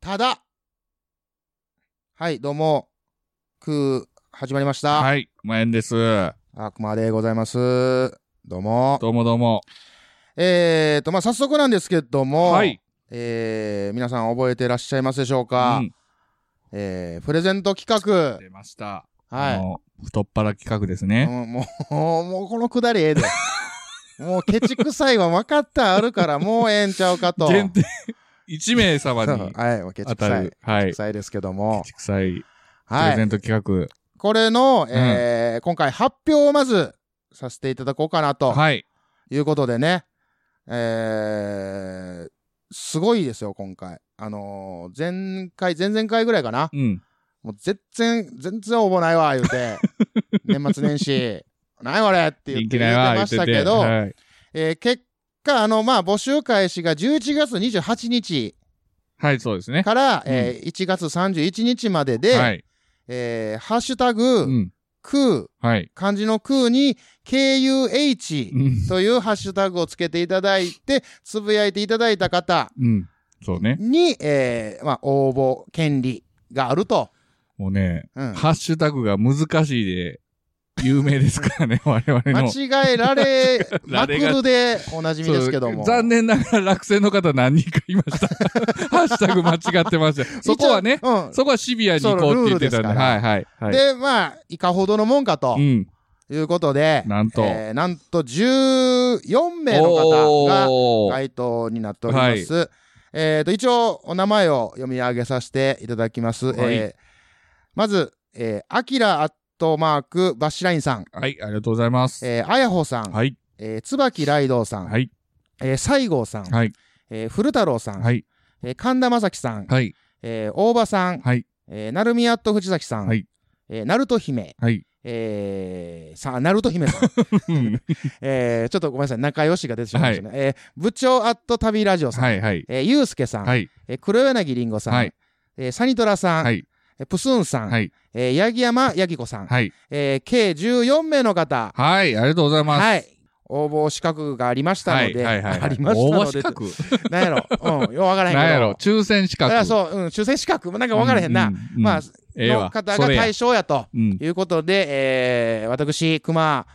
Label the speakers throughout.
Speaker 1: ただ。はい、どうも。くー、始まりました。
Speaker 2: はい、まえんです。
Speaker 1: 悪魔でございます。どうも。
Speaker 2: どうもどうも。
Speaker 1: えーと、まあ、早速なんですけども、
Speaker 2: はい。
Speaker 1: えー皆さん覚えてらっしゃいますでしょうか、
Speaker 2: うん、
Speaker 1: えープレゼント企
Speaker 2: 出ました。
Speaker 1: 画。はい
Speaker 2: あ。の太っ腹企画です
Speaker 1: う
Speaker 2: ね。
Speaker 1: んもう、もうこのくだりええで。 もうケチくさいは分かったあるから、もうええんちゃうかと。
Speaker 2: 限定1名様
Speaker 1: そ
Speaker 2: に
Speaker 1: う はい、もうケチ
Speaker 2: 当
Speaker 1: くさ
Speaker 2: た
Speaker 1: い。ケ
Speaker 2: る。は
Speaker 1: チ
Speaker 2: い
Speaker 1: く。さいですけども。
Speaker 2: ちくさいプ
Speaker 1: は
Speaker 2: レゼ
Speaker 1: い。
Speaker 2: ント企
Speaker 1: これの、えー今回発表をまずさせていただこうかな
Speaker 2: 画。
Speaker 1: と
Speaker 2: はい。
Speaker 1: いうことでね。えーすごいですよ、今回。あのー前回、前々回ぐらいかな。
Speaker 2: うん。
Speaker 1: もう全然、全然応募ないわ、言う て。年末年始。ない俺って言っ
Speaker 2: 人
Speaker 1: て
Speaker 2: 気
Speaker 1: 言
Speaker 2: ない
Speaker 1: ってま
Speaker 2: わ言っ
Speaker 1: してた
Speaker 2: て。
Speaker 1: けど、
Speaker 2: はい
Speaker 1: えー結果、あの、まあ、募集開始が11月28日
Speaker 2: はい、そうですね。
Speaker 1: から、えー1月31日までで、
Speaker 2: はい。
Speaker 1: えーハッシュタ
Speaker 2: う
Speaker 1: グ、
Speaker 2: ん。
Speaker 1: クー、
Speaker 2: はい。
Speaker 1: 漢字のクーに、
Speaker 2: う
Speaker 1: KUH
Speaker 2: ん。
Speaker 1: というハッシュタグをつけていただいて、つぶやいていただいた方
Speaker 2: うん。そうね。
Speaker 1: に、えーまあ、応募権利があると。
Speaker 2: もうね、
Speaker 1: うん
Speaker 2: ハッシュタグが難しいで、有名ですからね、我々 の。
Speaker 1: 間違えら れまくるでおなじみですけど
Speaker 2: そ
Speaker 1: も。
Speaker 2: う残念ながら落選の方何人かいま した。ハッシュタグ間違ってました。そこはね
Speaker 1: 一、応うん
Speaker 2: そこはシビアに行こうって言ってた
Speaker 1: そうルールです
Speaker 2: んで。
Speaker 1: から
Speaker 2: はいはいはい。
Speaker 1: で、まあ、いかほどのもんかと
Speaker 2: うん。
Speaker 1: いうことで、
Speaker 2: なんと。
Speaker 1: えーなんと14名の方が
Speaker 2: おー
Speaker 1: 回答になっております。えっ、と、一応お名前を読み上げさせていただきます。
Speaker 2: はい
Speaker 1: えーまず、えー、アキラアットマークバッシュラインさん、
Speaker 2: はい、ありがとうございます。
Speaker 1: えー、あやほさん、
Speaker 2: はい、
Speaker 1: えー、椿ライドウさん、
Speaker 2: はい、
Speaker 1: えー、西郷さん、
Speaker 2: はい、
Speaker 1: えー、古太郎さん、
Speaker 2: はい、
Speaker 1: えー神田正輝さん、
Speaker 2: はい、
Speaker 1: えー、大場さん、
Speaker 2: はい、
Speaker 1: えー、なるみやっと藤崎さん、
Speaker 2: はい
Speaker 1: えー、ナルト姫、
Speaker 2: はい。
Speaker 1: えー、さあ、ナルト姫さん、
Speaker 2: うん
Speaker 1: えー、ちょっとごめんなさい、仲良しが出てしまいましたね。えー部長アット旅ラジオさん、
Speaker 2: はい、はい、
Speaker 1: えー、ゆうすけさん、
Speaker 2: はい、
Speaker 1: えー、黒柳りんごさん、
Speaker 2: はい
Speaker 1: えーサニトラさん、
Speaker 2: はい、
Speaker 1: えープスンさん、
Speaker 2: はい、
Speaker 1: えー、八木山八木子さん、
Speaker 2: はい、
Speaker 1: えー計14名の方、
Speaker 2: はい、ありがとうございます。
Speaker 1: はい、応募資格がありましたので、
Speaker 2: はい、はい、
Speaker 1: あ
Speaker 2: はい。
Speaker 1: りました
Speaker 2: 応
Speaker 1: の
Speaker 2: 募
Speaker 1: で
Speaker 2: 資、格
Speaker 1: なんやろ、うん、ようわからへんけど、
Speaker 2: なんやろ、抽選資
Speaker 1: だ
Speaker 2: 格
Speaker 1: から。そう、うん、修正資格、なんかわからへんな、
Speaker 2: ううう
Speaker 1: まあ、
Speaker 2: ええわ
Speaker 1: の方
Speaker 2: そ
Speaker 1: が
Speaker 2: れや
Speaker 1: 対象やと。
Speaker 2: うん
Speaker 1: ということで、えー、私、熊、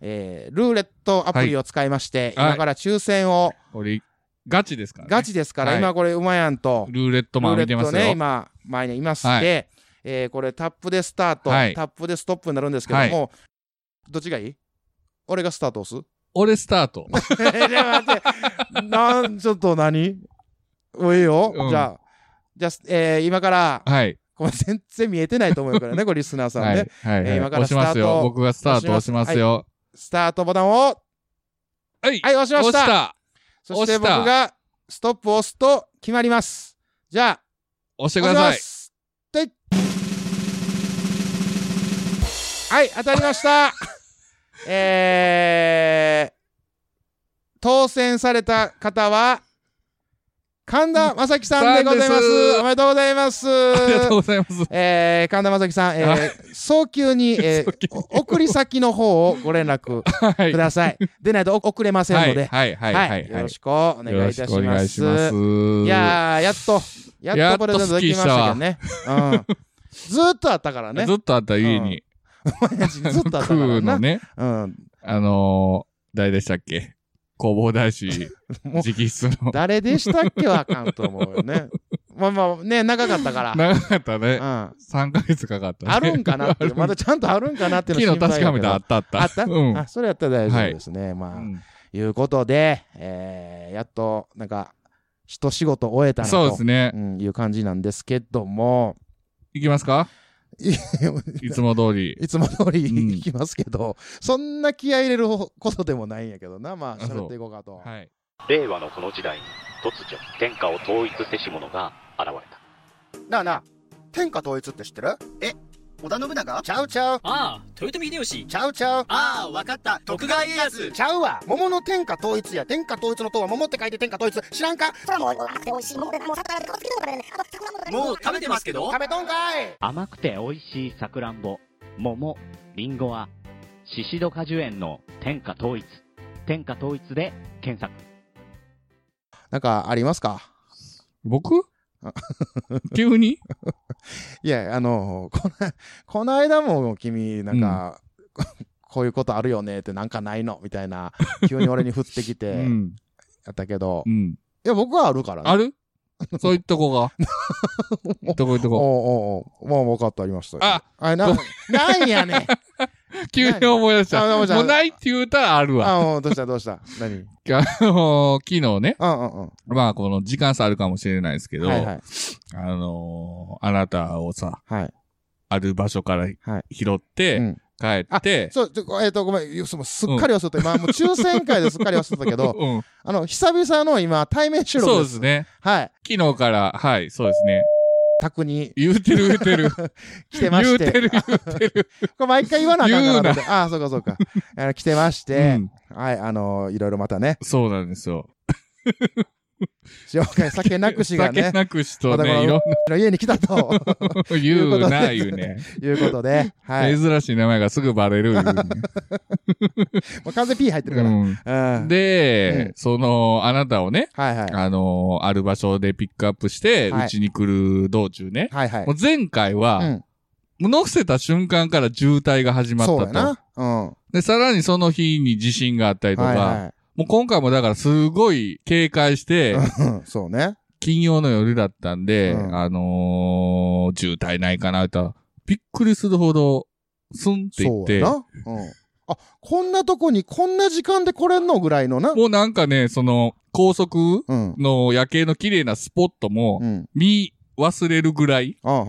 Speaker 1: えー、ルーレットアプリを使いまして、
Speaker 2: はい
Speaker 1: 今から抽選を、
Speaker 2: これ、ガチですからね。
Speaker 1: ガチですから、
Speaker 2: はい
Speaker 1: 今これ、馬やんと、
Speaker 2: ルーレット
Speaker 1: ル
Speaker 2: マ
Speaker 1: ー
Speaker 2: ン
Speaker 1: レ
Speaker 2: 見て
Speaker 1: ッ
Speaker 2: ま
Speaker 1: ト
Speaker 2: す
Speaker 1: ね、
Speaker 2: よ。
Speaker 1: 今、前にいます
Speaker 2: はい
Speaker 1: で、えー、これ、タップでスタート、
Speaker 2: はい
Speaker 1: タップでストップになるんですけども、
Speaker 2: はい
Speaker 1: どっちがいい俺がスタート押す
Speaker 2: 俺スタート。
Speaker 1: えーね待って、なん、ちょっと何おいいよ、
Speaker 2: うん
Speaker 1: じゃあ、じゃあ、えー、今から、
Speaker 2: はい。
Speaker 1: これ全然見えてないと思う からね、これ、リスナーさんね。
Speaker 2: はい。はい
Speaker 1: えー今から
Speaker 2: 押します
Speaker 1: スター
Speaker 2: よ。
Speaker 1: ト
Speaker 2: 僕がスタート押しますよ。
Speaker 1: スタートボタンを、
Speaker 2: はい。
Speaker 1: はい、押しま
Speaker 2: 押
Speaker 1: し。
Speaker 2: したた。
Speaker 1: そして
Speaker 2: 押し
Speaker 1: 僕
Speaker 2: た
Speaker 1: がストップを押すと決まります。じゃあ、
Speaker 2: 押してく
Speaker 1: 押
Speaker 2: だ
Speaker 1: しま
Speaker 2: さい。
Speaker 1: す。ではい、当たりました。 えー、当選された方は、神田正輝さんでございま。
Speaker 2: さんですす
Speaker 1: おめでとうございます。
Speaker 2: ありがとうございます。
Speaker 1: えー、神田正輝さん、え
Speaker 2: は
Speaker 1: ー、早急に、 えーお送り先の方をご連絡
Speaker 2: はい
Speaker 1: く。ださい。でないと遅れませんので、
Speaker 2: はい、はい、はい、はい。
Speaker 1: よろしくお願いいたし
Speaker 2: よろくお
Speaker 1: ま
Speaker 2: 願
Speaker 1: す。
Speaker 2: いしま
Speaker 1: い
Speaker 2: す。
Speaker 1: やー、やっと、やっとプレゼントできましたけどね。うん。ずーっとあったからね。
Speaker 2: ずっとあった家に、
Speaker 1: マジ ずっとあったか
Speaker 2: 空
Speaker 1: らな。
Speaker 2: のね、
Speaker 1: うん。
Speaker 2: あのー、誰でしたっけ工房大師、
Speaker 1: もう
Speaker 2: 直筆の。
Speaker 1: 誰でしたっけはあかんと思うよ ね。まあまあ、ね、長かったから。
Speaker 2: 長かった
Speaker 1: う
Speaker 2: ね。
Speaker 1: ん。
Speaker 2: 3ヶ月かかったね。
Speaker 1: あるんかなってい う、
Speaker 2: あ
Speaker 1: ま
Speaker 2: る
Speaker 1: だちゃんとあるんかなっていう
Speaker 2: 昨
Speaker 1: の
Speaker 2: 日確かめた、あ
Speaker 1: あ
Speaker 2: っ
Speaker 1: った
Speaker 2: あった。
Speaker 1: た。あった
Speaker 2: うん。
Speaker 1: あ、それやったら大丈夫ですね。ま
Speaker 2: う
Speaker 1: あ、
Speaker 2: ん
Speaker 1: いうことで、えーやっと、なんか、一仕事終えたな
Speaker 2: そうで
Speaker 1: と
Speaker 2: すね
Speaker 1: う。んいう感じなんですけど も、
Speaker 2: いきますか
Speaker 1: い
Speaker 2: いつも通り。
Speaker 1: いつも通り
Speaker 2: うん
Speaker 1: 行きますけど、そんな気合い入れることでもないんやけどな、まあ、
Speaker 2: あそう
Speaker 1: 喋っていこうかと。
Speaker 2: はい。
Speaker 3: 令和のこの時代に突如天下を統一せし者が現れた
Speaker 4: なあなあ天下統一って知ってる
Speaker 5: 織田信長
Speaker 4: ちゃうちゃう
Speaker 6: ああ豊臣秀吉
Speaker 4: ちゃうちゃう
Speaker 5: ああわかった徳川家康
Speaker 4: ちゃうわ桃の天下統一や天下統一の塔は桃って書いて天下統一知らんか
Speaker 7: それはもう甘くて美味しいものでもう魚で顔つけてもらえないあと魚も食べれない
Speaker 6: もう食べてますけど
Speaker 4: 食べとんかい
Speaker 8: 甘くて美味しいさくらんぼ、桃、りんごは、シシド果樹園の天下統一。天下統一で検索。
Speaker 1: なんかありますか
Speaker 2: 僕
Speaker 1: うん
Speaker 2: 急に
Speaker 1: いや、あの、この、この間も君、なんか、こういうことあるよねってなんかないのみたいな、急に俺に降ってき
Speaker 2: う
Speaker 1: て、
Speaker 2: ん。
Speaker 1: やったけど、
Speaker 2: う
Speaker 1: い
Speaker 2: ん。
Speaker 1: や、僕はあるからね
Speaker 2: あるそういった子が。いっとこいっとこ。
Speaker 1: おうおうおうまあ、分かってありましたよ
Speaker 2: あ、
Speaker 1: あれな、なんや ねん。
Speaker 2: 急に思い出し
Speaker 1: あでもじゃ
Speaker 2: た。
Speaker 1: あ
Speaker 2: もうないって言うたらあるわ。
Speaker 1: あ、おうどうしたどうした何うん
Speaker 2: あのー、昨日ね、
Speaker 1: うん
Speaker 2: まあこの時間差あるかもしれないですけ
Speaker 1: うん。
Speaker 2: ど、
Speaker 1: はいはい。
Speaker 2: あのー、あなたをさ、
Speaker 1: はい。
Speaker 2: ある場所から
Speaker 1: はい
Speaker 2: 拾って、
Speaker 1: うん
Speaker 2: 帰って、
Speaker 1: そう、ちょえっ、と、ごめん、そのすっかり忘れて、まあ、もう抽選会ですっかり忘れてたけど、
Speaker 2: うん
Speaker 1: あの、久々の今、対面収録
Speaker 2: そう
Speaker 1: で。
Speaker 2: ですすね。
Speaker 1: はい。
Speaker 2: 昨日から、はい、そうですね。
Speaker 1: 宅に
Speaker 2: 言うてる言うてる。
Speaker 1: 来てま して。
Speaker 2: 言うてる言うて る。
Speaker 1: これ毎回言わなあかん
Speaker 2: 言
Speaker 1: かな
Speaker 2: うな
Speaker 1: って。ああ、そうかそう か。あの来てまし
Speaker 2: う
Speaker 1: て、
Speaker 2: ん
Speaker 1: はい、あのいろいろまたね、
Speaker 2: そうなんですよ。
Speaker 1: 塩会酒なくしがね
Speaker 2: 酒、なくしと
Speaker 1: またこの
Speaker 2: ね、いろん
Speaker 1: 家に来たと
Speaker 2: な こと言うな、言う ね。
Speaker 1: いうことで、はい。も
Speaker 2: 珍しい名前がすぐバレる言うね。
Speaker 1: う完全に P 入ってるから。うん。
Speaker 2: うんで、
Speaker 1: うん
Speaker 2: その、あなたをね、
Speaker 1: はいはい。
Speaker 2: あのある場所でピックアップして、
Speaker 1: はいう
Speaker 2: ちに来る道中ね。
Speaker 1: はいはい
Speaker 2: もう。前回
Speaker 1: う
Speaker 2: は、
Speaker 1: ん。
Speaker 2: 乗せた瞬間から渋滞が始ま
Speaker 1: そうや
Speaker 2: ったと。
Speaker 1: な。うん。
Speaker 2: で、さらにその日に地震があったりと
Speaker 1: はい
Speaker 2: か、
Speaker 1: は
Speaker 2: もう今回もだからすごい警戒して、
Speaker 1: い。うんそうね。
Speaker 2: 金曜の夜だったんで、
Speaker 1: うん
Speaker 2: あのー、渋滞ないかなと、びっくりするほど、スンって言
Speaker 1: そ
Speaker 2: っ
Speaker 1: うや
Speaker 2: て、
Speaker 1: な。
Speaker 2: も
Speaker 1: うん。あ、こんなとこにこんな時間で来れんのぐらいのな。
Speaker 2: うなんかね、その、高速
Speaker 1: うん。
Speaker 2: の夜景の綺麗なスポットも
Speaker 1: う、ん。
Speaker 2: 見忘れるぐらい、
Speaker 1: ああ、ああ、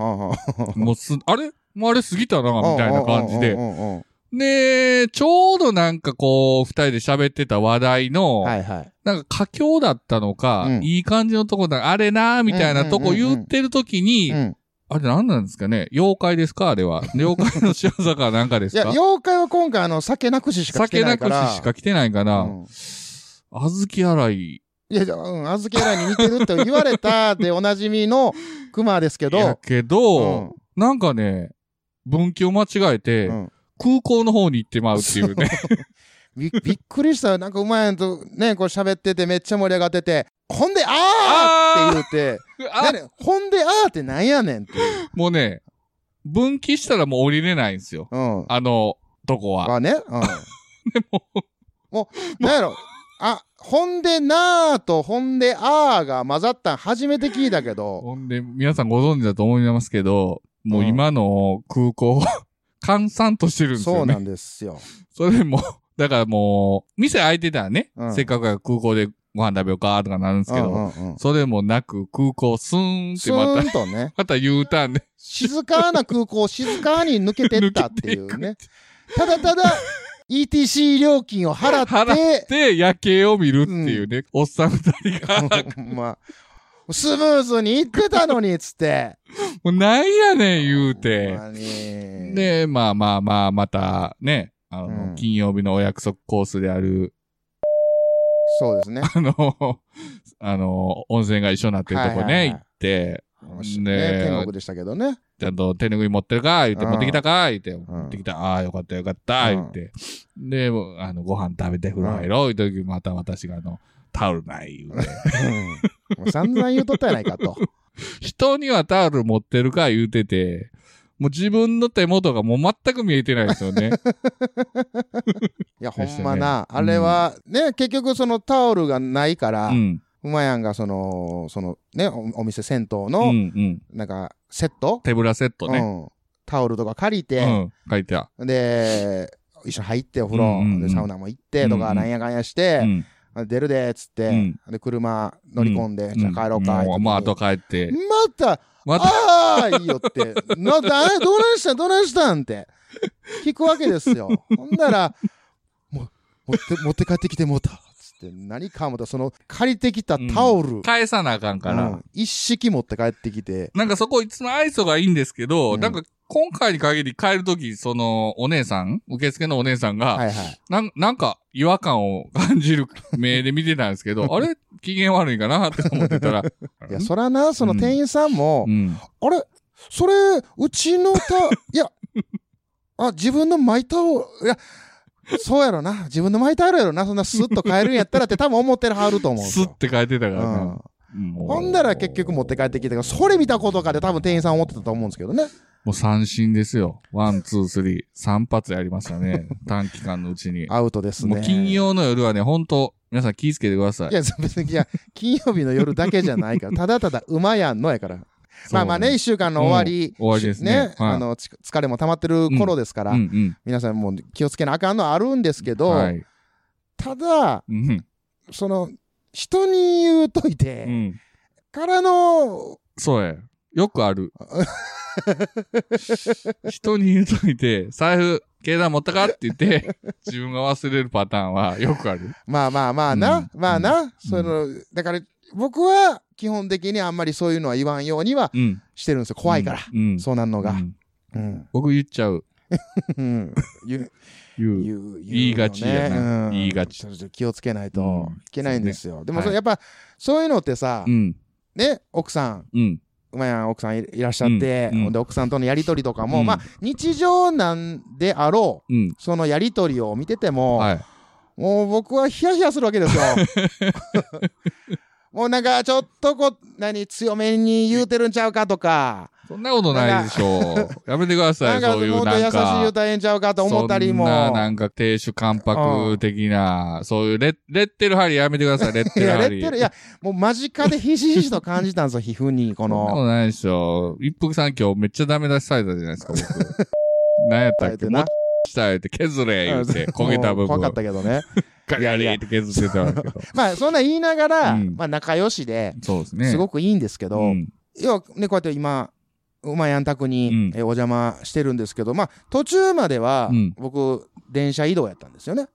Speaker 1: あ
Speaker 2: もうす、あれもうあれ過ぎたな、
Speaker 1: あ。
Speaker 2: みたいな感じ
Speaker 1: うん
Speaker 2: で。
Speaker 1: うんうん
Speaker 2: で、ちょうどなんかこう、二人で喋ってた話題の、
Speaker 1: はいはい。
Speaker 2: なんか佳境だったのか、
Speaker 1: うん
Speaker 2: いい感じのとこだ、あれな、みたいなとこ言ってる時に、
Speaker 1: うん。
Speaker 2: あれ何なんですかね妖怪ですかあ れは。妖怪の仕業かなんかで
Speaker 1: い
Speaker 2: す
Speaker 1: や、
Speaker 2: か
Speaker 1: 妖怪は今回、あの、酒なくししか来て
Speaker 2: 酒
Speaker 1: な
Speaker 2: ないく
Speaker 1: から。
Speaker 2: ししか来てないかな。
Speaker 1: うん
Speaker 2: 小豆洗い。
Speaker 1: いや、じゃあうん、あずきらに似てるって言われたでおなじみのクマですけ
Speaker 2: や
Speaker 1: ど、
Speaker 2: けど、なんかね、分岐を間違えて、
Speaker 1: うん
Speaker 2: 空港の方に行ってまうってい うね。
Speaker 1: びびっくりしたよ。なんかうまいのとね、こう喋っててめっちゃ盛り上がってて、ほんで、あーって言うて、
Speaker 2: あ
Speaker 1: なんでほんで、あーってなんやねんっていう。
Speaker 2: もうね、分岐したらもう降りれないんですよ。
Speaker 1: うん。
Speaker 2: あの、とこは。
Speaker 1: はね。 うん。もう、なんやろ。あ、ほんでなーとほんであーが混ざったん初めて聞いたけど、
Speaker 2: ほんで、皆さんご存知だと思いますけど、もう今の空港、 閑散としてるん ですよね。
Speaker 1: そうなんですよ。
Speaker 2: それも、 だからもう、店開いてたらね、
Speaker 1: うん
Speaker 2: せっかくやから空港でご飯食べようかとかなるんですけど、
Speaker 1: うんうんうん。
Speaker 2: それもなく空港スーンっ
Speaker 1: ス
Speaker 2: てま
Speaker 1: ー
Speaker 2: た、
Speaker 1: ンとね。
Speaker 2: また U ターンで、
Speaker 1: 静かな空港を静かに抜けてったっていうね。ただただ ETC 料金を払って、
Speaker 2: で、夜景を見るっていうね、おっさん二人が、も
Speaker 1: まあ、スムーズに行ってたのに、つって。
Speaker 2: うなんやねん言う
Speaker 1: ほ
Speaker 2: て
Speaker 1: ん。まに、
Speaker 2: で、まあまあまあ、またね、あの、
Speaker 1: うん
Speaker 2: 金曜日のお約束コースである、
Speaker 1: そうですね。
Speaker 2: あの、 あの、温泉が一緒になってるとこね、
Speaker 1: はいはいはい
Speaker 2: 行って、
Speaker 1: ね
Speaker 2: ね
Speaker 1: 天国でしたけどね。
Speaker 2: ちゃんと手拭い持ってるか言って、
Speaker 1: うん
Speaker 2: 持ってきたか言って、
Speaker 1: ん
Speaker 2: 持ってきた。ああ、よかったよかった。
Speaker 1: うん
Speaker 2: 言って。で、あの、ご飯食べて風呂入ろう。言う時、また私があの、タオルない。言うて
Speaker 1: うんもう散々言うとったやないかと。
Speaker 2: 人にはタオル持ってるか言うてて、もう自分の手元がもう全く見えてないですよ ね。
Speaker 1: いや、ほ
Speaker 2: で
Speaker 1: ん
Speaker 2: したね
Speaker 1: まな、あれは、ね、結局そのタオルがないから、
Speaker 2: う。
Speaker 1: うんまやんがその、そのね、おお店銭湯
Speaker 2: うんう
Speaker 1: の、
Speaker 2: ん。
Speaker 1: なんか、セット、
Speaker 2: 手ぶらセット
Speaker 1: う
Speaker 2: ね。
Speaker 1: ん、タオルとか借り
Speaker 2: う
Speaker 1: て、
Speaker 2: ん。書いてあ
Speaker 1: で、一緒に入ってお風呂、
Speaker 2: うんうんうん
Speaker 1: でサウナも行ってと
Speaker 2: うん
Speaker 1: か、
Speaker 2: うん
Speaker 1: なんやかんやし
Speaker 2: る。う
Speaker 1: て、
Speaker 2: ん。
Speaker 1: 出るでっつって、
Speaker 2: うん
Speaker 1: で車乗り込んで、
Speaker 2: うん
Speaker 1: じゃあ帰ろうか
Speaker 2: もうまあ、あと
Speaker 1: か
Speaker 2: 帰って。
Speaker 1: また、
Speaker 2: また、
Speaker 1: ああいいよって、なだえどないしたんどないしたんって聞くわけです よ。ほんなら、もう持って持って帰ってきてもうた。つって何かまたその借りてきたタオル、
Speaker 2: 返さなあかんか
Speaker 1: う
Speaker 2: ら
Speaker 1: ん。一式持って帰ってきて、
Speaker 2: なんかそこいつも愛想がいいんですけど、
Speaker 1: うん
Speaker 2: なんか今回に限り帰るとき、そのお姉さん、受付のお姉さんが、
Speaker 1: はいはい。
Speaker 2: なんなんか違和感を感じる目で見てたんです けど、あれ機嫌悪いかなって思ってたら、
Speaker 1: いや、そらな、その店員さんも、
Speaker 2: うん。
Speaker 1: あれそれ、うち のた、いや、あ、自分の巻いたを、いや、そうやろな。自分の巻いたあるやろな。そんなスッと変えるんやったらって多分思ってるはると思うんです
Speaker 2: スッ
Speaker 1: よ。
Speaker 2: て書いてたか
Speaker 1: う
Speaker 2: らな。
Speaker 1: ん。ほんだら結局持って帰ってきて、それ見たことかで多分店員さん思ってたと思うんですけどね。
Speaker 2: もう三振ですよ。ワン、ツー、スリー。三発やりましたね。 短期間のうちに。
Speaker 1: アウトです
Speaker 2: も
Speaker 1: ね。
Speaker 2: う金曜の夜はね、ほんと、皆さん気ぃつけてください。
Speaker 1: いや、そう別に、いや、金曜日の夜だけじゃないから、ただただ馬やんのやから。まあまあね、一週間の終わり、
Speaker 2: うん終わりですねはい
Speaker 1: あの、ち疲れも溜まってる頃ですから、
Speaker 2: うんうん。
Speaker 1: 皆さんもう気をつけなあかんのはあるんですけど、
Speaker 2: はい。
Speaker 1: ただ、
Speaker 2: うん
Speaker 1: その、人に言うといて、
Speaker 2: うん。うん。
Speaker 1: からの、
Speaker 2: そうや。よくある。人に言うといて、財布、携帯持ったかって言って、自分が忘れるパターンはよくある。
Speaker 1: まあまあまあな、
Speaker 2: うん
Speaker 1: まあな、その、だから僕は基本的にあんまりそういうのは言わんようには
Speaker 2: うん。
Speaker 1: してるんですよ。怖いから。
Speaker 2: うん。うん
Speaker 1: そうなんのが。
Speaker 2: う
Speaker 1: うんん。
Speaker 2: 僕言っちゃう。
Speaker 1: うん。 言う、
Speaker 2: 言う。
Speaker 1: 言う、言
Speaker 2: 言いがちや
Speaker 1: う
Speaker 2: な
Speaker 1: ん
Speaker 2: 言いがち
Speaker 1: ちょっと気をつけないと
Speaker 2: うん
Speaker 1: いけないんですよ。でもそ
Speaker 2: は
Speaker 1: れ
Speaker 2: い
Speaker 1: やっぱ、そういうのってさ、
Speaker 2: うん。
Speaker 1: ね、奥さん、
Speaker 2: うん。
Speaker 1: まあ奥さんいいらっしゃって、
Speaker 2: うんうん
Speaker 1: で奥さんとのやりとりとかも、
Speaker 2: うん
Speaker 1: まあ日常なんであろう、
Speaker 2: うん。
Speaker 1: そのやりとりを見てても、
Speaker 2: はい。
Speaker 1: もう僕はヒヤヒヤするわけ ですよ。もうなんかちょっとこう、何、強めに言うてるんちゃうかとか、
Speaker 2: そんなことないでしょう。やめてくださ、
Speaker 1: ないんか
Speaker 2: そうい
Speaker 1: も
Speaker 2: う
Speaker 1: っと
Speaker 2: な
Speaker 1: 優
Speaker 2: ん
Speaker 1: しい言う
Speaker 2: か。
Speaker 1: たらええんちゃうかと思ったりも。
Speaker 2: そんな、なんか、亭主関白的な、そういうレッ、レッテルハリやめてください、レッ
Speaker 1: い
Speaker 2: テル
Speaker 1: や、
Speaker 2: ハ
Speaker 1: レ
Speaker 2: リ。
Speaker 1: ッテル、いや、もう間近でひしひしと感じたんですよ、皮膚に、こ
Speaker 2: そんなこ
Speaker 1: の。
Speaker 2: とないでしょ。一服さん今日めっちゃダメ出しされたじゃないですか、僕。 何やったっけ
Speaker 1: えて
Speaker 2: も
Speaker 1: な
Speaker 2: っとした言って削れ 言うて、焦げた部分。
Speaker 1: 怖かったけどね。
Speaker 2: ガリガリって削ってたわけど。
Speaker 1: まあ、そんな言いながら、
Speaker 2: うん
Speaker 1: まあ、仲良しで、
Speaker 2: そうですね。
Speaker 1: すご
Speaker 2: く
Speaker 1: くいいんですけど、
Speaker 2: うん。
Speaker 1: 要はね、こうやって今、うまやん宅に、
Speaker 2: うん
Speaker 1: えお邪魔してるんですけど、まあ、途中までは、
Speaker 2: うん
Speaker 1: 僕、電車移動やったんですよね。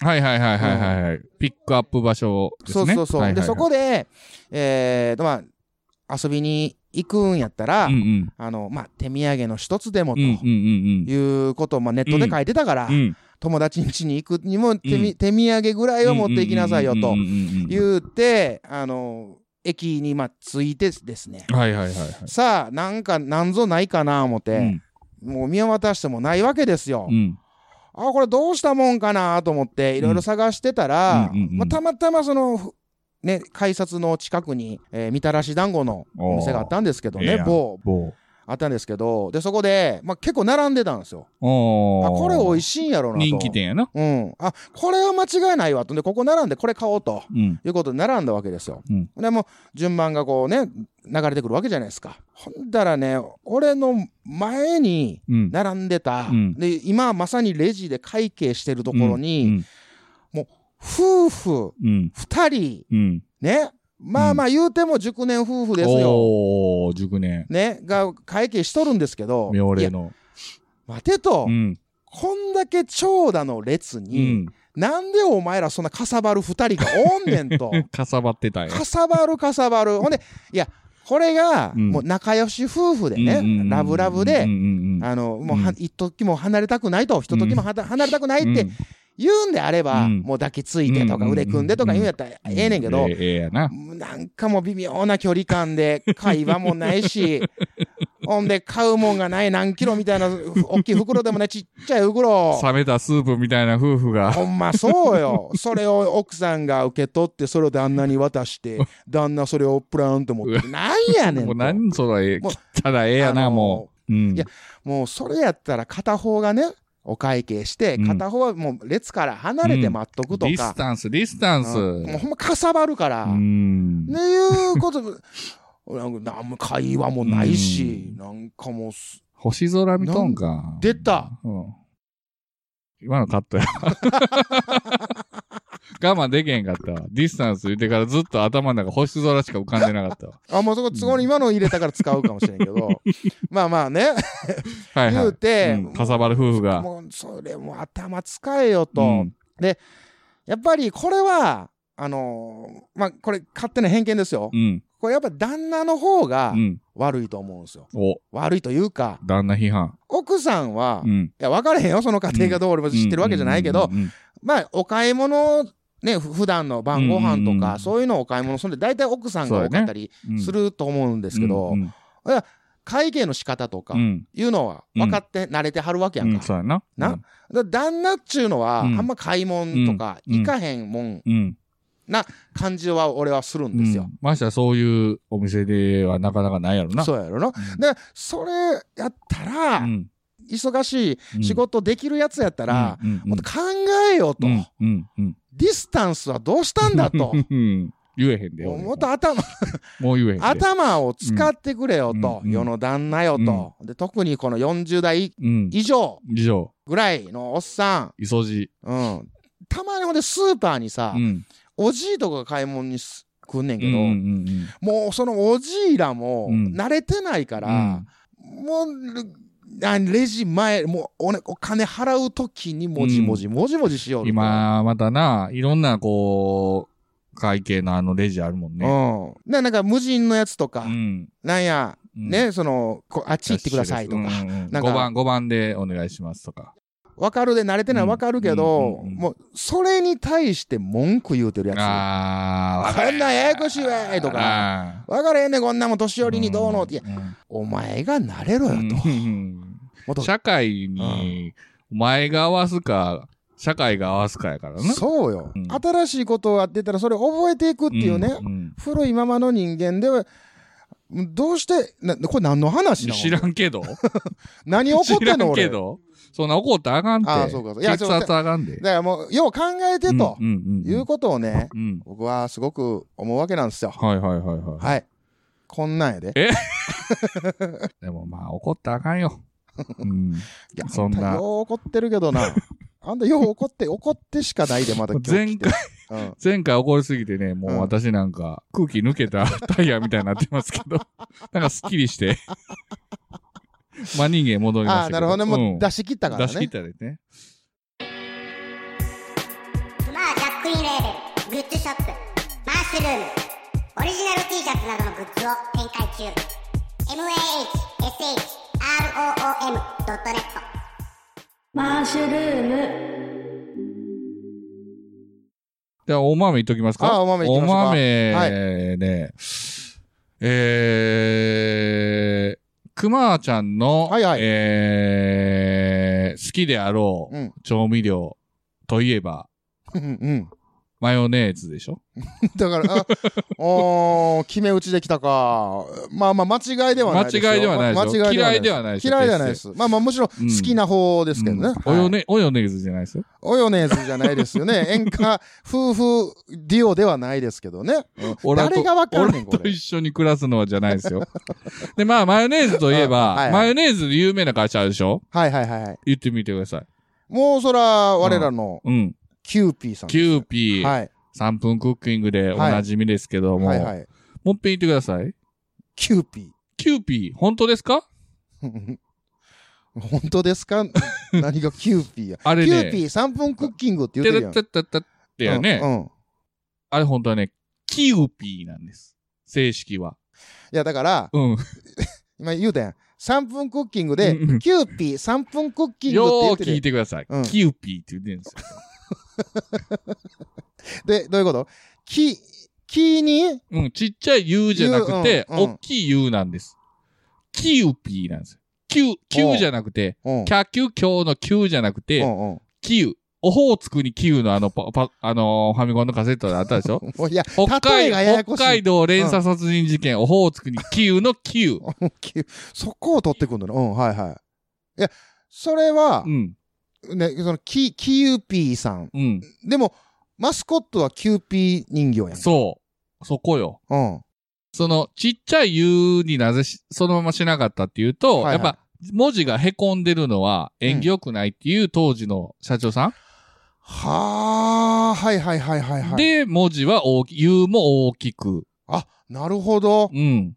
Speaker 2: はいはいはいはいはいはい。ピックアップ場所です
Speaker 1: そう
Speaker 2: ね。
Speaker 1: そうそう。
Speaker 2: はいはいはい
Speaker 1: で、そこで、えーと、まあ、遊びに行くんやったら、
Speaker 2: うんうん。
Speaker 1: あの、まあ、手土産の一つでも
Speaker 2: う
Speaker 1: と
Speaker 2: んうんうん
Speaker 1: いうことを、まあ、ネットで書いてたから、
Speaker 2: うん。うん。
Speaker 1: 友達ん家に行くにも手み、手土産ぐらいは持っていきなさいよと
Speaker 2: うんうんうんうん
Speaker 1: 言うて、あの、駅にまあ着いてですね。
Speaker 2: はいはいはいはい。
Speaker 1: さあ、なんか、なんぞないかな思って、もう見渡してもないわけですよ
Speaker 2: うん。う。ん。
Speaker 1: あ、これどうしたもんかなと思って、いろいろ探してたら、
Speaker 2: うんうんうんうん
Speaker 1: まあ、たまたまその、ふね、改札の近くに、えーみたらし団子のお店があったんですけど
Speaker 2: おーええ
Speaker 1: ね
Speaker 2: や、ん
Speaker 1: 某、
Speaker 2: 棒。
Speaker 1: あったんですけど、で、そこで、まあ、結構並んでたんですよ。
Speaker 2: お
Speaker 1: あ、これ美味
Speaker 2: し
Speaker 1: しいんやろうなと。
Speaker 2: 人気。店やな。
Speaker 1: うん。あ、これは間違いないわと。で、ここ並んでこれ買おうと。
Speaker 2: うん。
Speaker 1: いうことで並んだわけですよ。
Speaker 2: うん
Speaker 1: でもう順番がこうね流れてくるわけじゃないですか。ほんだらね俺の前に
Speaker 2: うん。
Speaker 1: 並んでた、
Speaker 2: うん
Speaker 1: で今まさにレジで会計してるところに、
Speaker 2: うん
Speaker 1: 夫婦
Speaker 2: うん。
Speaker 1: 2人
Speaker 2: うん。
Speaker 1: ねまあまあ言うても熟年夫婦ですよ。
Speaker 2: おー、熟年。
Speaker 1: ね、が会計しとるんですけど、
Speaker 2: 妙
Speaker 1: い
Speaker 2: 齢
Speaker 1: や
Speaker 2: の。
Speaker 1: 待てと、
Speaker 2: うん。
Speaker 1: こんだけ長蛇の列
Speaker 2: う
Speaker 1: に、
Speaker 2: ん。
Speaker 1: なんでお前らそんなかさばる2人がおんねん と。
Speaker 2: かさばってたんや。
Speaker 1: かさばるかさばる。ほんで、いや、これが、
Speaker 2: うん
Speaker 1: もう仲良し夫婦で
Speaker 2: うんうんうん
Speaker 1: ね、
Speaker 2: うん
Speaker 1: ラブラブ
Speaker 2: う
Speaker 1: で
Speaker 2: ん、うんうん
Speaker 1: あの、もうは
Speaker 2: うん、
Speaker 1: 一時も離れたくないと、一時もはた離れたくないっ
Speaker 2: う
Speaker 1: て
Speaker 2: ん
Speaker 1: 言うんであれば、
Speaker 2: うん
Speaker 1: もう抱きついてと
Speaker 2: う
Speaker 1: か
Speaker 2: ん
Speaker 1: 腕組んでとか言うんやったらええねんけど
Speaker 2: ええ、ええやな。
Speaker 1: なんかもう微妙な距離感で会話もない し、ほんで買うもんがない何キロみたいなふ大きい袋でもないちっちゃい袋。
Speaker 2: 冷めたスープみたいな夫婦が。
Speaker 1: ほんまそうよ。それを奥さんが受け取って、それを旦那に渡 して、旦那それをプランと持って、なんやねんと。
Speaker 2: もう何そらええ。
Speaker 1: もう
Speaker 2: 切ったらええや
Speaker 1: あ
Speaker 2: な、
Speaker 1: のー
Speaker 2: もう。うん
Speaker 1: いやもうそれやったら片方がね、お会計して、
Speaker 2: うん
Speaker 1: 片方はもう列から離れて待っとくと
Speaker 2: ディス
Speaker 1: か。
Speaker 2: タンス、ディスタンス。
Speaker 1: うんもうほんまかさばるから。
Speaker 2: う
Speaker 1: ね
Speaker 2: ん。
Speaker 1: いうこと、 なんかなんも会話もないし、なんかもうす、
Speaker 2: 星空見とんか。
Speaker 1: 出た
Speaker 2: うん。今のカットや。 我慢できへんかったわ。ディスタンス言ってからずっと頭の中星空しか浮かんでなかったわ。
Speaker 1: あ、もうそこ都合に今の入れたから使うかもしれんけど、まあまあね、
Speaker 2: はいはい。
Speaker 1: 言うて
Speaker 2: んかさばる夫婦が。
Speaker 1: もうそれもう頭使えよと。
Speaker 2: うん
Speaker 1: やっぱりこれは、あのーまあ、これ勝手な偏見ですよ。
Speaker 2: うん。
Speaker 1: これやっぱ旦那の方
Speaker 2: う
Speaker 1: が
Speaker 2: ん。
Speaker 1: 悪いと思うんですよ。
Speaker 2: お、
Speaker 1: 悪いというか、
Speaker 2: 旦那批判。
Speaker 1: 奥さんは、
Speaker 2: う
Speaker 1: い
Speaker 2: ん。
Speaker 1: や、分かれへんよ。その家庭がどう俺も知ってるわけじゃないけど
Speaker 2: う、ん。
Speaker 1: まあ、お買い物、ね、ふ普段の晩ご飯
Speaker 2: うん
Speaker 1: と
Speaker 2: うんうん
Speaker 1: か、そういうのをお買い物するんで、大体奥さんが多かったり
Speaker 2: うん
Speaker 1: すると思うんですけど
Speaker 2: う、ん。
Speaker 1: 会計の仕方とか
Speaker 2: う、ん。
Speaker 1: いうのは分かって慣れてはるわけ
Speaker 2: う
Speaker 1: やん
Speaker 2: ん
Speaker 1: か。
Speaker 2: そうやな。
Speaker 1: なだから旦那っちゅうのは、
Speaker 2: うん
Speaker 1: あんま買い物とか
Speaker 2: うん
Speaker 1: 行かへんもん
Speaker 2: うん。
Speaker 1: な感じは俺はするん
Speaker 2: う
Speaker 1: で
Speaker 2: ん
Speaker 1: すよ。
Speaker 2: ましてはそういうお店ではなかなかないやろな。
Speaker 1: そうやろな。
Speaker 2: うん
Speaker 1: で、それやったら、
Speaker 2: ん。
Speaker 1: 忙しい仕事できるやつやったら、
Speaker 2: うん、うん
Speaker 1: もっと考えようと、
Speaker 2: うん、うん、うん。
Speaker 1: ディスタンスはどうしたんだ と。
Speaker 2: うん言えへんで。俺
Speaker 1: もっと頭、
Speaker 2: もう言えへんで。
Speaker 1: 頭を使ってくれよと、
Speaker 2: うん
Speaker 1: 世の旦那よと、で。特にこの40代
Speaker 2: うん。
Speaker 1: 以上
Speaker 2: 以上、
Speaker 1: ぐらいのおっさ
Speaker 2: いそじ。
Speaker 1: ん、うん。たまにほんでスーパーにさ、
Speaker 2: うん。
Speaker 1: おじいとかが買い物にす来んねん
Speaker 2: うん
Speaker 1: け
Speaker 2: う
Speaker 1: ど、
Speaker 2: んうん
Speaker 1: もうそのおじいらも
Speaker 2: うん
Speaker 1: 慣れてないか
Speaker 2: う
Speaker 1: ら
Speaker 2: ん、。
Speaker 1: もう、あレジ前、もうお,、ね、お金払うときにもじもじ、もじもじしようと。
Speaker 2: 今、またな、いろんな、こう、会計のあのレジあるもんね。
Speaker 1: うん。ななんか無人のやつとか、
Speaker 2: うん。
Speaker 1: なんや、
Speaker 2: うん
Speaker 1: ね、その、こあっち行ってくださいとか、
Speaker 2: うん
Speaker 1: わ、
Speaker 2: うんうん
Speaker 1: なんか
Speaker 2: 5番、五番でお願いしますとか。
Speaker 1: かるで慣れてない
Speaker 2: うん
Speaker 1: わかるけど、
Speaker 2: うんうんうん
Speaker 1: もう、それに対して文句言うてるや
Speaker 2: ああ、
Speaker 1: つ。そんなんややこしいわいとか、
Speaker 2: か
Speaker 1: わかれへんねんこんなんもん年寄りにどうのって、いや、
Speaker 2: や、
Speaker 1: お前が慣れろ
Speaker 2: う
Speaker 1: よと。
Speaker 2: んうん
Speaker 1: もっと
Speaker 2: 社会に、お前が合わすか、社会が合わすかやからな。
Speaker 1: そうよ、
Speaker 2: うん
Speaker 1: 新しいことをやってたらそれを覚えていくっていうね、
Speaker 2: ん
Speaker 1: 古いままの人間ではどうしてなこれ何の話なの
Speaker 2: 知らんけど。
Speaker 1: 何起こっ
Speaker 2: 知
Speaker 1: た
Speaker 2: ら
Speaker 1: の
Speaker 2: ん
Speaker 1: 俺
Speaker 2: けど。そんな怒ったらあかんて。
Speaker 1: ああそうかそういや
Speaker 2: 血圧あかんで
Speaker 1: だ。からもうよう考えてと
Speaker 2: うんうんうん
Speaker 1: いうことをね、
Speaker 2: うん。
Speaker 1: 僕はすごく思うわけなんですよは、
Speaker 2: はいはいはいはい
Speaker 1: こんなんやで
Speaker 2: えい。でもまあ怒ったらあかんよ。う
Speaker 1: い
Speaker 2: ん。
Speaker 1: や
Speaker 2: そん
Speaker 1: あ
Speaker 2: な
Speaker 1: たよう怒ってるけど なあんたよう怒って怒ってしかないでまだ今日来てうん
Speaker 2: 前回怒りすぎてね、もううん私なんか空気抜けた タイヤみたいになってますけど、 なんかスッキリして、 真人間戻りま
Speaker 1: あ
Speaker 2: した
Speaker 1: あな
Speaker 2: けど。
Speaker 1: るほどねも
Speaker 2: ん
Speaker 1: う出し切ったから
Speaker 2: 出し切
Speaker 1: ね
Speaker 2: っ、たでね。
Speaker 7: まあざっくり例でグッズショップマッシュルームオリジナル T シャツなどのグッズを展開中 mahshroom.net
Speaker 9: マッシュルーム
Speaker 2: じゃあ、お豆いっときますか。
Speaker 1: あお豆いきましょうか
Speaker 2: お豆、ね、えー、くまちゃんの、
Speaker 1: はいはい
Speaker 2: えー、好きであろう
Speaker 1: うん
Speaker 2: 調味料といえば、
Speaker 1: うんうん
Speaker 2: マヨネーズでしょ
Speaker 1: だから、あおー、決め打ちできたか。まあまあ、間違いではないですよ。
Speaker 2: 間違いではないですよ
Speaker 1: ま間違い
Speaker 2: 嫌い
Speaker 1: で
Speaker 2: で
Speaker 1: は
Speaker 2: は
Speaker 1: な
Speaker 2: ない
Speaker 1: で。
Speaker 2: いですす
Speaker 1: 嫌いではないです。まあまあ、もちろん好
Speaker 2: うん
Speaker 1: きな方ですけどね。
Speaker 2: うんおよ
Speaker 1: はい。
Speaker 2: ね、およネーズじゃないですよ。
Speaker 1: およねずじゃないですよ ね。演歌、夫婦、デュオではないですけどね。うん
Speaker 2: 俺と
Speaker 1: 誰がわかんねん、こ
Speaker 2: 俺と
Speaker 1: れ
Speaker 2: 一。緒に暮らすのはじゃないですよ。 で、まあ、マヨネーズといえば、
Speaker 1: うんはいはい
Speaker 2: マヨネーズで有名な会社あるでしょ
Speaker 1: はいはいはいはい。
Speaker 2: 言ってみてください。
Speaker 1: もうそら、我らの
Speaker 2: うん。
Speaker 1: キューピーさん。
Speaker 2: キューピー、
Speaker 1: はい。
Speaker 2: 3分クッキングでおなじみですけども、
Speaker 1: はいはい。
Speaker 2: もう一遍言ってください。
Speaker 1: キューピ
Speaker 2: キューピー、本当ですか
Speaker 1: ー。本当ですか何がキューピーや。
Speaker 2: あれ
Speaker 1: キュー
Speaker 2: ね、
Speaker 1: ピー3分クッキングって言
Speaker 2: て
Speaker 1: ってる
Speaker 2: れ
Speaker 1: やん。
Speaker 2: たたたってやね、
Speaker 1: うんうん。
Speaker 2: あれ本当はね、キューピーなんです。正式は。
Speaker 1: いや、だから、
Speaker 2: うん。
Speaker 1: 今言うたやん。3分クッキングで
Speaker 2: うんうん、
Speaker 1: キューピー3分クッキング
Speaker 2: よ
Speaker 1: っ
Speaker 2: ー
Speaker 1: て
Speaker 2: 聞
Speaker 1: 言っ
Speaker 2: い
Speaker 1: てる
Speaker 2: てください。
Speaker 1: うん
Speaker 2: キューピーって言ってるんですよ。
Speaker 1: やん。で、どういうことキ、キに、
Speaker 2: うん、ちっちゃい U じゃなくて、
Speaker 1: U うんうん
Speaker 2: 大きい U なんです。キューピーなんですよ。キュー、キューじゃなくて、
Speaker 1: うん。
Speaker 2: キャキュ今日のキューじゃなく
Speaker 1: う
Speaker 2: て、
Speaker 1: んうん
Speaker 2: キュー。オホーツクにキューのあのパ、パ、あのーファミコンのカセットであったでしょ
Speaker 1: もういや、
Speaker 2: 北
Speaker 1: 例えがや
Speaker 2: 海
Speaker 1: やこ
Speaker 2: 北
Speaker 1: し
Speaker 2: 海
Speaker 1: い。
Speaker 2: 道連鎖殺人事件、オホーツクにキューのキュー。
Speaker 1: キュそこを取ってくんだな。うん、はいはい。いや、それは
Speaker 2: う、ん、
Speaker 1: ね、その、キ、キューピーさん。
Speaker 2: うん。
Speaker 1: でも、マスコットはキューピー人形やん。
Speaker 2: そう。そこよ。
Speaker 1: うん。
Speaker 2: その、ちっちゃい U になぜしそのまましなかったっていう
Speaker 1: は
Speaker 2: と、
Speaker 1: いはい
Speaker 2: やっぱ、文字が凹んでるのは縁起良くないっていう当時の社長さん、
Speaker 1: はあ、はいはいはいはいはい。、
Speaker 2: で、文字は大き、U も大きく。
Speaker 1: あ、なるほど。
Speaker 2: うん。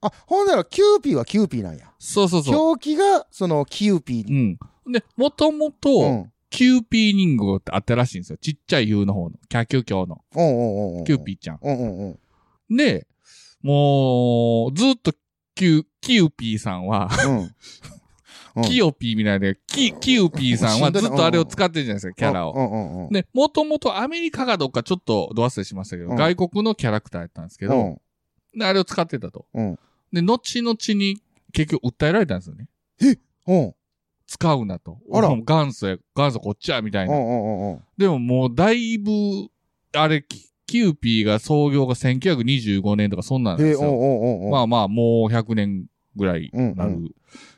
Speaker 1: あ、ほんなら、キューピーはキューピーなんや。
Speaker 2: そうそうそう。
Speaker 1: 表記が、その、キューピー
Speaker 2: う
Speaker 1: に。
Speaker 2: ん。で、もとも
Speaker 1: う
Speaker 2: と、
Speaker 1: ん。
Speaker 2: キューピー人形ってあったらしいんですよ。ちっちゃい U の方の。キャキュキョの。
Speaker 1: うんうんうんうん。
Speaker 2: キューピーちゃん。
Speaker 1: うんうんうん。
Speaker 2: で、もう、ずっとキュ、キューピーさんは、
Speaker 1: うん。うん
Speaker 2: キヨピーみたいな、キ、キューピーさんはずっとあれを使ってるじゃないですか、 キャラを。
Speaker 1: うんうんうんうん。
Speaker 2: で、もともとアメリカかどっかちょっとど忘れしましたけど、
Speaker 1: うん
Speaker 2: 外国のキャラクターやったんですけど、で、あれを使ってたと。
Speaker 1: うん
Speaker 2: で、後々に結局訴えられたんですよね。
Speaker 1: うん。うん。
Speaker 2: 使うなと。
Speaker 1: あら
Speaker 2: もう元祖や、元祖こっちや、みたい
Speaker 1: うんう
Speaker 2: な。
Speaker 1: んうんうん。
Speaker 2: でももうだいぶ、あれき、キューピーが創業が1925年とかそんなん
Speaker 4: へ
Speaker 2: で
Speaker 4: え、
Speaker 2: す
Speaker 4: おう
Speaker 2: よ。
Speaker 4: おうおうおう。
Speaker 2: まあまあ、もう100年ぐらいな
Speaker 4: うん
Speaker 2: る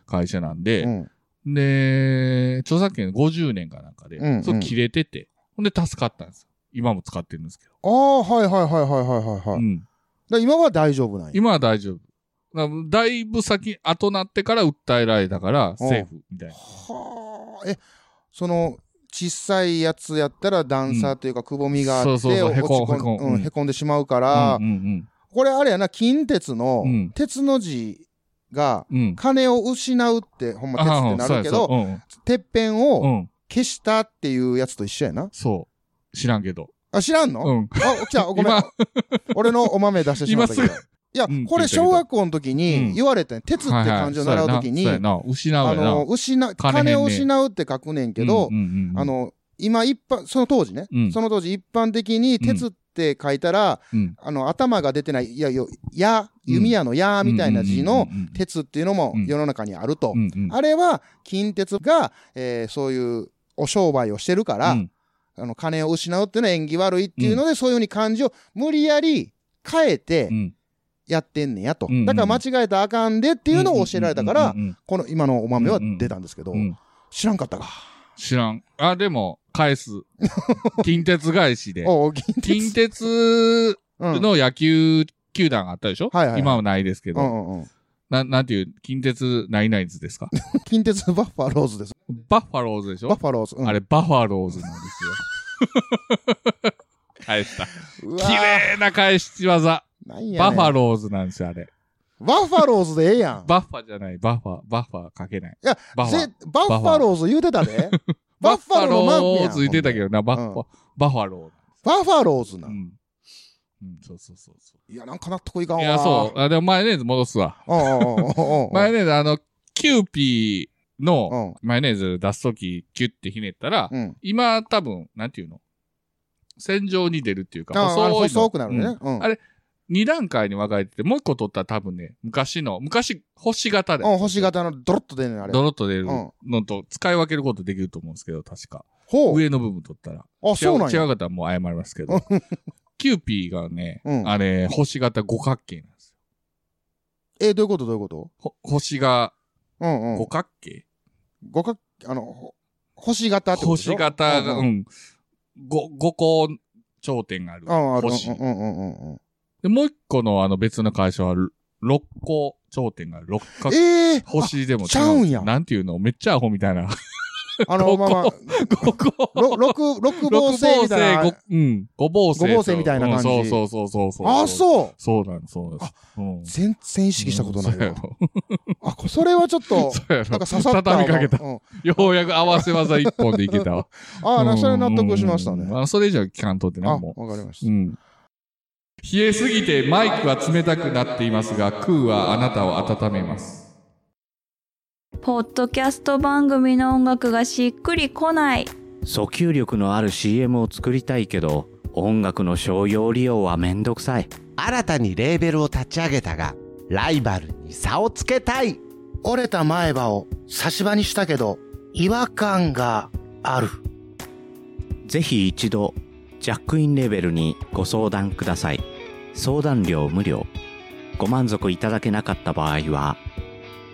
Speaker 2: 会社なんで、
Speaker 4: うん、
Speaker 2: で、著作権50年かなんかで、
Speaker 4: うんうん
Speaker 2: それ切れてて、ほんで助かったんですよ。今も使ってるんですけど。
Speaker 4: ああ、はいはいはいはいはいはいはい。
Speaker 2: うん。
Speaker 4: だから今は大丈夫なんや。
Speaker 2: 今は大丈夫。だからだいぶ先、後なってから訴えられたから、セーフみたいな。
Speaker 4: はあ、え、その、小さいやつやったら段差というかくぼみがあって、
Speaker 2: そうそうそう
Speaker 4: 落ち
Speaker 2: へこんへこん
Speaker 4: 込ん、う、
Speaker 2: うんん
Speaker 4: へこんでしまうから、
Speaker 2: うんうん
Speaker 4: これあれやな、近鉄の
Speaker 2: うん
Speaker 4: 鉄の字が、
Speaker 2: うん。うん。
Speaker 4: 金を失うって、ほんま鉄ってなるけ
Speaker 2: あ
Speaker 4: ど、
Speaker 2: そうや
Speaker 4: てっぺん
Speaker 2: そうう
Speaker 4: を
Speaker 2: ん。うん。
Speaker 4: 消したっていうやつと一緒やな。
Speaker 2: そう。知らんけど。
Speaker 4: あ、知らんの、
Speaker 2: うん。
Speaker 4: あ、 来た、ごめん
Speaker 2: 今。
Speaker 4: 俺のお豆出してしまったけど。い
Speaker 2: 今
Speaker 4: や、
Speaker 2: うん
Speaker 4: これ小学校の時
Speaker 2: う
Speaker 4: に
Speaker 2: ん
Speaker 4: 言われてん、鉄って漢字を習う
Speaker 2: はい
Speaker 4: 時に、
Speaker 2: はいそうやなそうやな失
Speaker 4: あ
Speaker 2: うやな
Speaker 4: の、。失う、
Speaker 2: 金へんね
Speaker 4: 金を失うって書くねんけど、
Speaker 2: うんうんうん
Speaker 4: あ、の、今一般、その当時ね、
Speaker 2: うん
Speaker 4: その当時一般的に鉄って書いたら、
Speaker 2: うん
Speaker 4: あの、頭が出てない、いや、よや、弓矢の矢みたいな字の、
Speaker 2: うんうんうんうん
Speaker 4: 鉄っていうのも
Speaker 2: うん
Speaker 4: 世の中にあると。
Speaker 2: うんうん
Speaker 4: あれは、近鉄が、えーそういうお商売をしてるから、
Speaker 2: うん
Speaker 4: あの、金を失うっていうのは縁起悪いっていうので、そういうふうに漢字を無理やり変えて
Speaker 2: うん
Speaker 4: やってんねやと
Speaker 2: うんう。ん
Speaker 4: だから間違えたらあかんでっていうのを教えられたか
Speaker 2: う
Speaker 4: ら
Speaker 2: ん、うん
Speaker 4: この今のお豆は出たんですけど
Speaker 2: うんう、ん
Speaker 4: 知らんかったか。
Speaker 2: 知らん。あ、でも、返 す。近鉄返しで。
Speaker 4: おう近鉄。
Speaker 2: 近鉄
Speaker 4: うん
Speaker 2: の野球球団があったでしょ
Speaker 4: はいはいはい
Speaker 2: 今はないですけ
Speaker 4: う
Speaker 2: ど。
Speaker 4: んうんうん。
Speaker 2: な、なんていう、近鉄ナイナイズですか
Speaker 4: 近鉄バッファローズです。
Speaker 2: バッファローズでし
Speaker 4: バ
Speaker 2: ょ
Speaker 4: ッファローズ。うん
Speaker 2: あれ、バファローズなんですよ。 返した。
Speaker 4: うわ
Speaker 2: 綺
Speaker 4: ー
Speaker 2: 麗な返し技。
Speaker 4: なんやねん
Speaker 2: バファローズなんですよ、あれ。
Speaker 4: バッファローズでええやん。
Speaker 2: バッファじゃない、バッファ、バッファかけない。
Speaker 4: いや
Speaker 2: バッファ
Speaker 4: ぜバッファローズ言うて たで。バッファローのマークやん。
Speaker 2: ついてたけどな、バッフ
Speaker 4: う
Speaker 2: ァ、バッファロ
Speaker 4: バッファローズ
Speaker 2: ー。
Speaker 4: な
Speaker 2: う。ん。うん、そうそうそうそ
Speaker 4: いや、なんか納得いかん
Speaker 2: う。
Speaker 4: わ。
Speaker 2: いや、そう。あ、でもマヨネーズ戻すわ。
Speaker 4: うんうんうんう んうん。
Speaker 2: マヨネーズ、あの、キューピー
Speaker 4: う
Speaker 2: の
Speaker 4: ん。
Speaker 2: マヨネーズ出すとき、キュッてひねったら、
Speaker 4: うん。
Speaker 2: 今多分、なんていうの線状に出るっていうか、
Speaker 4: あ
Speaker 2: 細い
Speaker 4: あ
Speaker 2: の。
Speaker 4: 細くなる
Speaker 2: うん
Speaker 4: ね。うん。
Speaker 2: あれ二段階に分かれてて、もう一個取ったら多分ね、昔の、昔、星型で
Speaker 4: う、ん、星型のドロッと出るねん、あれ。
Speaker 2: ドロッと出る
Speaker 4: うん
Speaker 2: のと使い分けることできると思うんですけど、確か。
Speaker 4: ほう。
Speaker 2: 上の部分取ったら。
Speaker 4: あ、そうなん
Speaker 2: 違う
Speaker 4: や。
Speaker 2: 違う方はもう謝りますけど。キューピーがね、
Speaker 4: うん
Speaker 2: あれ、星型五角形なんですよ。
Speaker 4: え、どういうことどういうこと
Speaker 2: ほ星が
Speaker 4: うんうん
Speaker 2: 五。角形、
Speaker 4: 五角、あの、ほ星型ってことでしょ
Speaker 2: 星型が、
Speaker 4: う
Speaker 2: うんん。五、五個頂点がある。
Speaker 4: うん。あある
Speaker 2: 星
Speaker 4: うん。うんうんうんうん。
Speaker 2: で、もう一個のあの別の会社は、六個頂点がある。六角
Speaker 4: ええ
Speaker 2: 星でも違う。
Speaker 4: ちゃうんや
Speaker 2: なんていうのめっちゃアホみたいな。
Speaker 4: あの、まあまあ、
Speaker 2: 五個。
Speaker 4: ろ六、六房星みたいな
Speaker 2: ご。うん。五房星。
Speaker 4: 五芒星みたいな感じ
Speaker 2: うんそうそうそうそう。
Speaker 4: あ、そう。
Speaker 2: そうなんです、そうなんです。うん
Speaker 4: 全然意識したことないわ。
Speaker 2: そ
Speaker 4: あ、こそれはちょ っと、
Speaker 2: うやろ。
Speaker 4: なんか刺さったわ。
Speaker 2: 畳みかけた。
Speaker 4: うん
Speaker 2: ようやく合わせ技一本でいけたわ。
Speaker 4: ああ、なそれ納得しました
Speaker 2: う
Speaker 4: ね
Speaker 2: ん。あそれ以上は聞かんとって
Speaker 4: あ、
Speaker 2: な、
Speaker 4: わ
Speaker 2: も
Speaker 4: かりまし
Speaker 2: う。う
Speaker 4: た。
Speaker 2: ん。冷えすぎてマイクは冷たくなっていますが、空はあなたを温めます。
Speaker 9: ポッドキャスト番組の音楽がしっくりこない
Speaker 8: 訴求力のある CM を作りたいけど音楽の商用利用はめんどくさい
Speaker 10: 新たにレーベルを立ち上げたがライバルに差をつけたい
Speaker 11: 折れた前歯を差し歯にしたけど、違和感がある。
Speaker 8: ぜひ一度ジャックインレーベルにご相談ください相談料無料ご満足いただけなかった場合は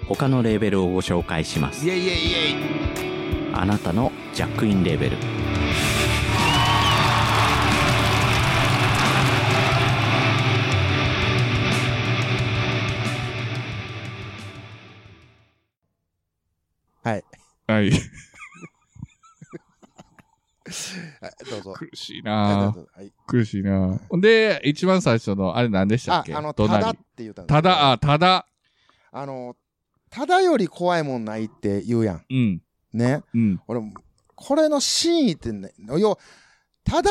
Speaker 8: 他のレーベルをご紹介します
Speaker 10: イエイイエイイエイ
Speaker 8: あなたのジャックインレーベル
Speaker 4: はい。
Speaker 2: はい。
Speaker 4: はいどうぞ。
Speaker 2: 苦しい
Speaker 4: はい
Speaker 2: な
Speaker 4: どうぞはい
Speaker 2: 苦しいなで、一番最初の、あれ何でした
Speaker 4: あ
Speaker 2: っ、け
Speaker 4: あの、た
Speaker 2: どな
Speaker 4: だっ
Speaker 2: り
Speaker 4: て言ったんで
Speaker 2: た
Speaker 4: すけど
Speaker 2: だ、あ、ただ。
Speaker 4: あの、ただより怖いもんないって言うやん。
Speaker 2: うん。
Speaker 4: ね。
Speaker 2: うん。
Speaker 4: 俺、これの真意ってね、要、ただ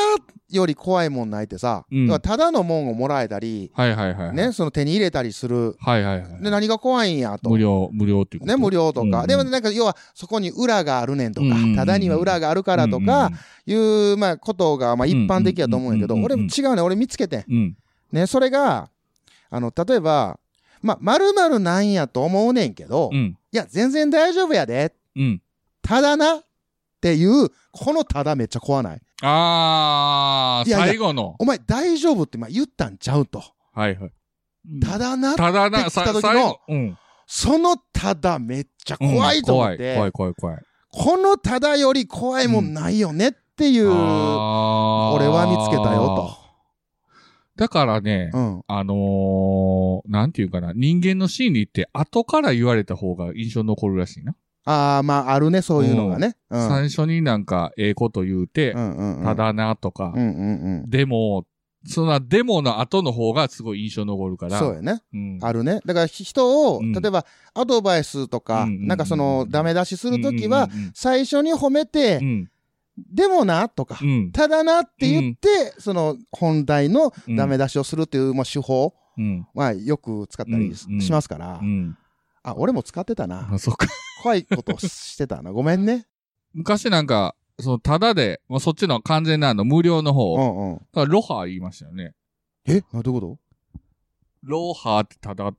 Speaker 4: より怖いもんないってさ、
Speaker 2: うん
Speaker 4: 要はただのもんをもらえたり、
Speaker 2: はいはいはい。
Speaker 4: ね、。その手に入れたりする。
Speaker 2: はいはいはい。
Speaker 4: で、何が怖いんやと。
Speaker 2: 無料、無料っていうこと
Speaker 4: ね、無料とか。
Speaker 2: うん
Speaker 4: でもなんか、要は、そこに裏があるねんとか
Speaker 2: うんうんう、ん
Speaker 4: ただには裏があるからとか、いう、まあ、ことが、まあ、一般的やと思うんやけど、
Speaker 2: うんうんう
Speaker 4: 俺
Speaker 2: んうん
Speaker 4: も違うね。俺見つけてん。
Speaker 2: うん、うん。
Speaker 4: ね、それが、あの、例えば、まあ、まるなんやと思うねんけど、
Speaker 2: う
Speaker 4: い
Speaker 2: ん。
Speaker 4: や、全然大丈夫やで。
Speaker 2: うん。
Speaker 4: ただな。っていう、このただめっちゃ怖ない。
Speaker 2: あー、
Speaker 4: いやいや
Speaker 2: 最後の。
Speaker 4: お前大丈夫ってまあ言ったんちゃうと。
Speaker 2: はいはい。
Speaker 4: ただな、
Speaker 2: ただ
Speaker 4: っ
Speaker 2: な、
Speaker 4: てき
Speaker 2: さ
Speaker 4: た時の
Speaker 2: 最後。うん。
Speaker 4: そのただめっちゃ
Speaker 2: うん
Speaker 4: 怖いと思って、
Speaker 2: 怖い、怖い、怖い。怖い
Speaker 4: このただより怖いもんないよねっていう、
Speaker 2: あー
Speaker 4: 俺は見つけたよ
Speaker 2: だからね
Speaker 4: と。、うん。
Speaker 2: あのー、なんていうかな、人間の心理って後から言われた方が印象に残るらしいな。
Speaker 4: ああ、まああるね、そういうのがね。うん。
Speaker 2: 最初になんか、ええこと言うて、
Speaker 4: うんうんうん
Speaker 2: た。だなとか
Speaker 4: う、んうん
Speaker 2: でも、そんなデモの後の方がすごい印象に残るか
Speaker 4: うん。
Speaker 2: ら。
Speaker 4: そうやね。
Speaker 2: うん。
Speaker 4: あるね。だからひ人を、
Speaker 2: うん
Speaker 4: 例えばアドバイスとか、
Speaker 2: うんうんうん
Speaker 4: なんかそのダメ出しするときは、
Speaker 2: うん
Speaker 4: 最初に褒めて、
Speaker 2: うん
Speaker 4: でもな、とか
Speaker 2: う、ん、うん
Speaker 4: ただなって言って、その本題の
Speaker 2: うん
Speaker 4: ダメ出しをするっていう、まあ、手法
Speaker 2: うん。
Speaker 4: はよく使ったりし
Speaker 2: うんうん
Speaker 4: しますから、
Speaker 2: うん。
Speaker 4: あ、俺も使ってたな。
Speaker 2: あ、そっか。
Speaker 4: 怖いことをしてたな。ごめんね。
Speaker 2: 昔なんか、その、ただで、もうそっちの完全なあの、無料の方、
Speaker 4: う
Speaker 2: だか
Speaker 4: ん
Speaker 2: ら
Speaker 4: うん。
Speaker 2: ロハ言いましたよね。
Speaker 4: えあどういうこと
Speaker 2: ロハってただ、か、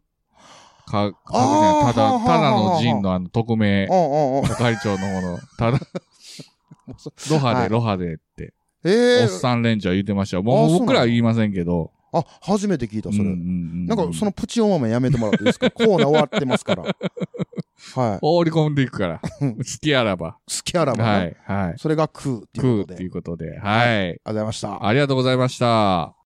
Speaker 2: か
Speaker 4: あー
Speaker 2: ただ、
Speaker 4: はあ
Speaker 2: ただ
Speaker 4: はあはあ
Speaker 2: の陣のあの、匿名、
Speaker 4: うんうんうん。
Speaker 2: 係長の方の、ただ、ロハ
Speaker 4: は
Speaker 2: で、
Speaker 4: い
Speaker 2: ロハでって、
Speaker 4: え
Speaker 2: おっ
Speaker 4: ー、
Speaker 2: さんレンジャー言ってましたよ。も
Speaker 4: あそう
Speaker 2: う
Speaker 4: なん
Speaker 2: 僕らは言いませんけど。
Speaker 4: あ、初めて聞いた、そ
Speaker 2: う
Speaker 4: れ。
Speaker 2: んうんうん
Speaker 4: なんか、そのプチおまめやめてもらっていいで すかコーナー終わってますから。はい。
Speaker 2: 放り込んでいく から。
Speaker 4: うん
Speaker 2: 好きあらば。
Speaker 4: 好きあらば、ね
Speaker 2: はい、はい。
Speaker 4: それが食うってい
Speaker 2: 食う
Speaker 4: う
Speaker 2: っ
Speaker 4: ことで。あ
Speaker 2: てい
Speaker 4: り
Speaker 2: うことで。はい。
Speaker 4: がとうございました。
Speaker 2: ありがとうございました。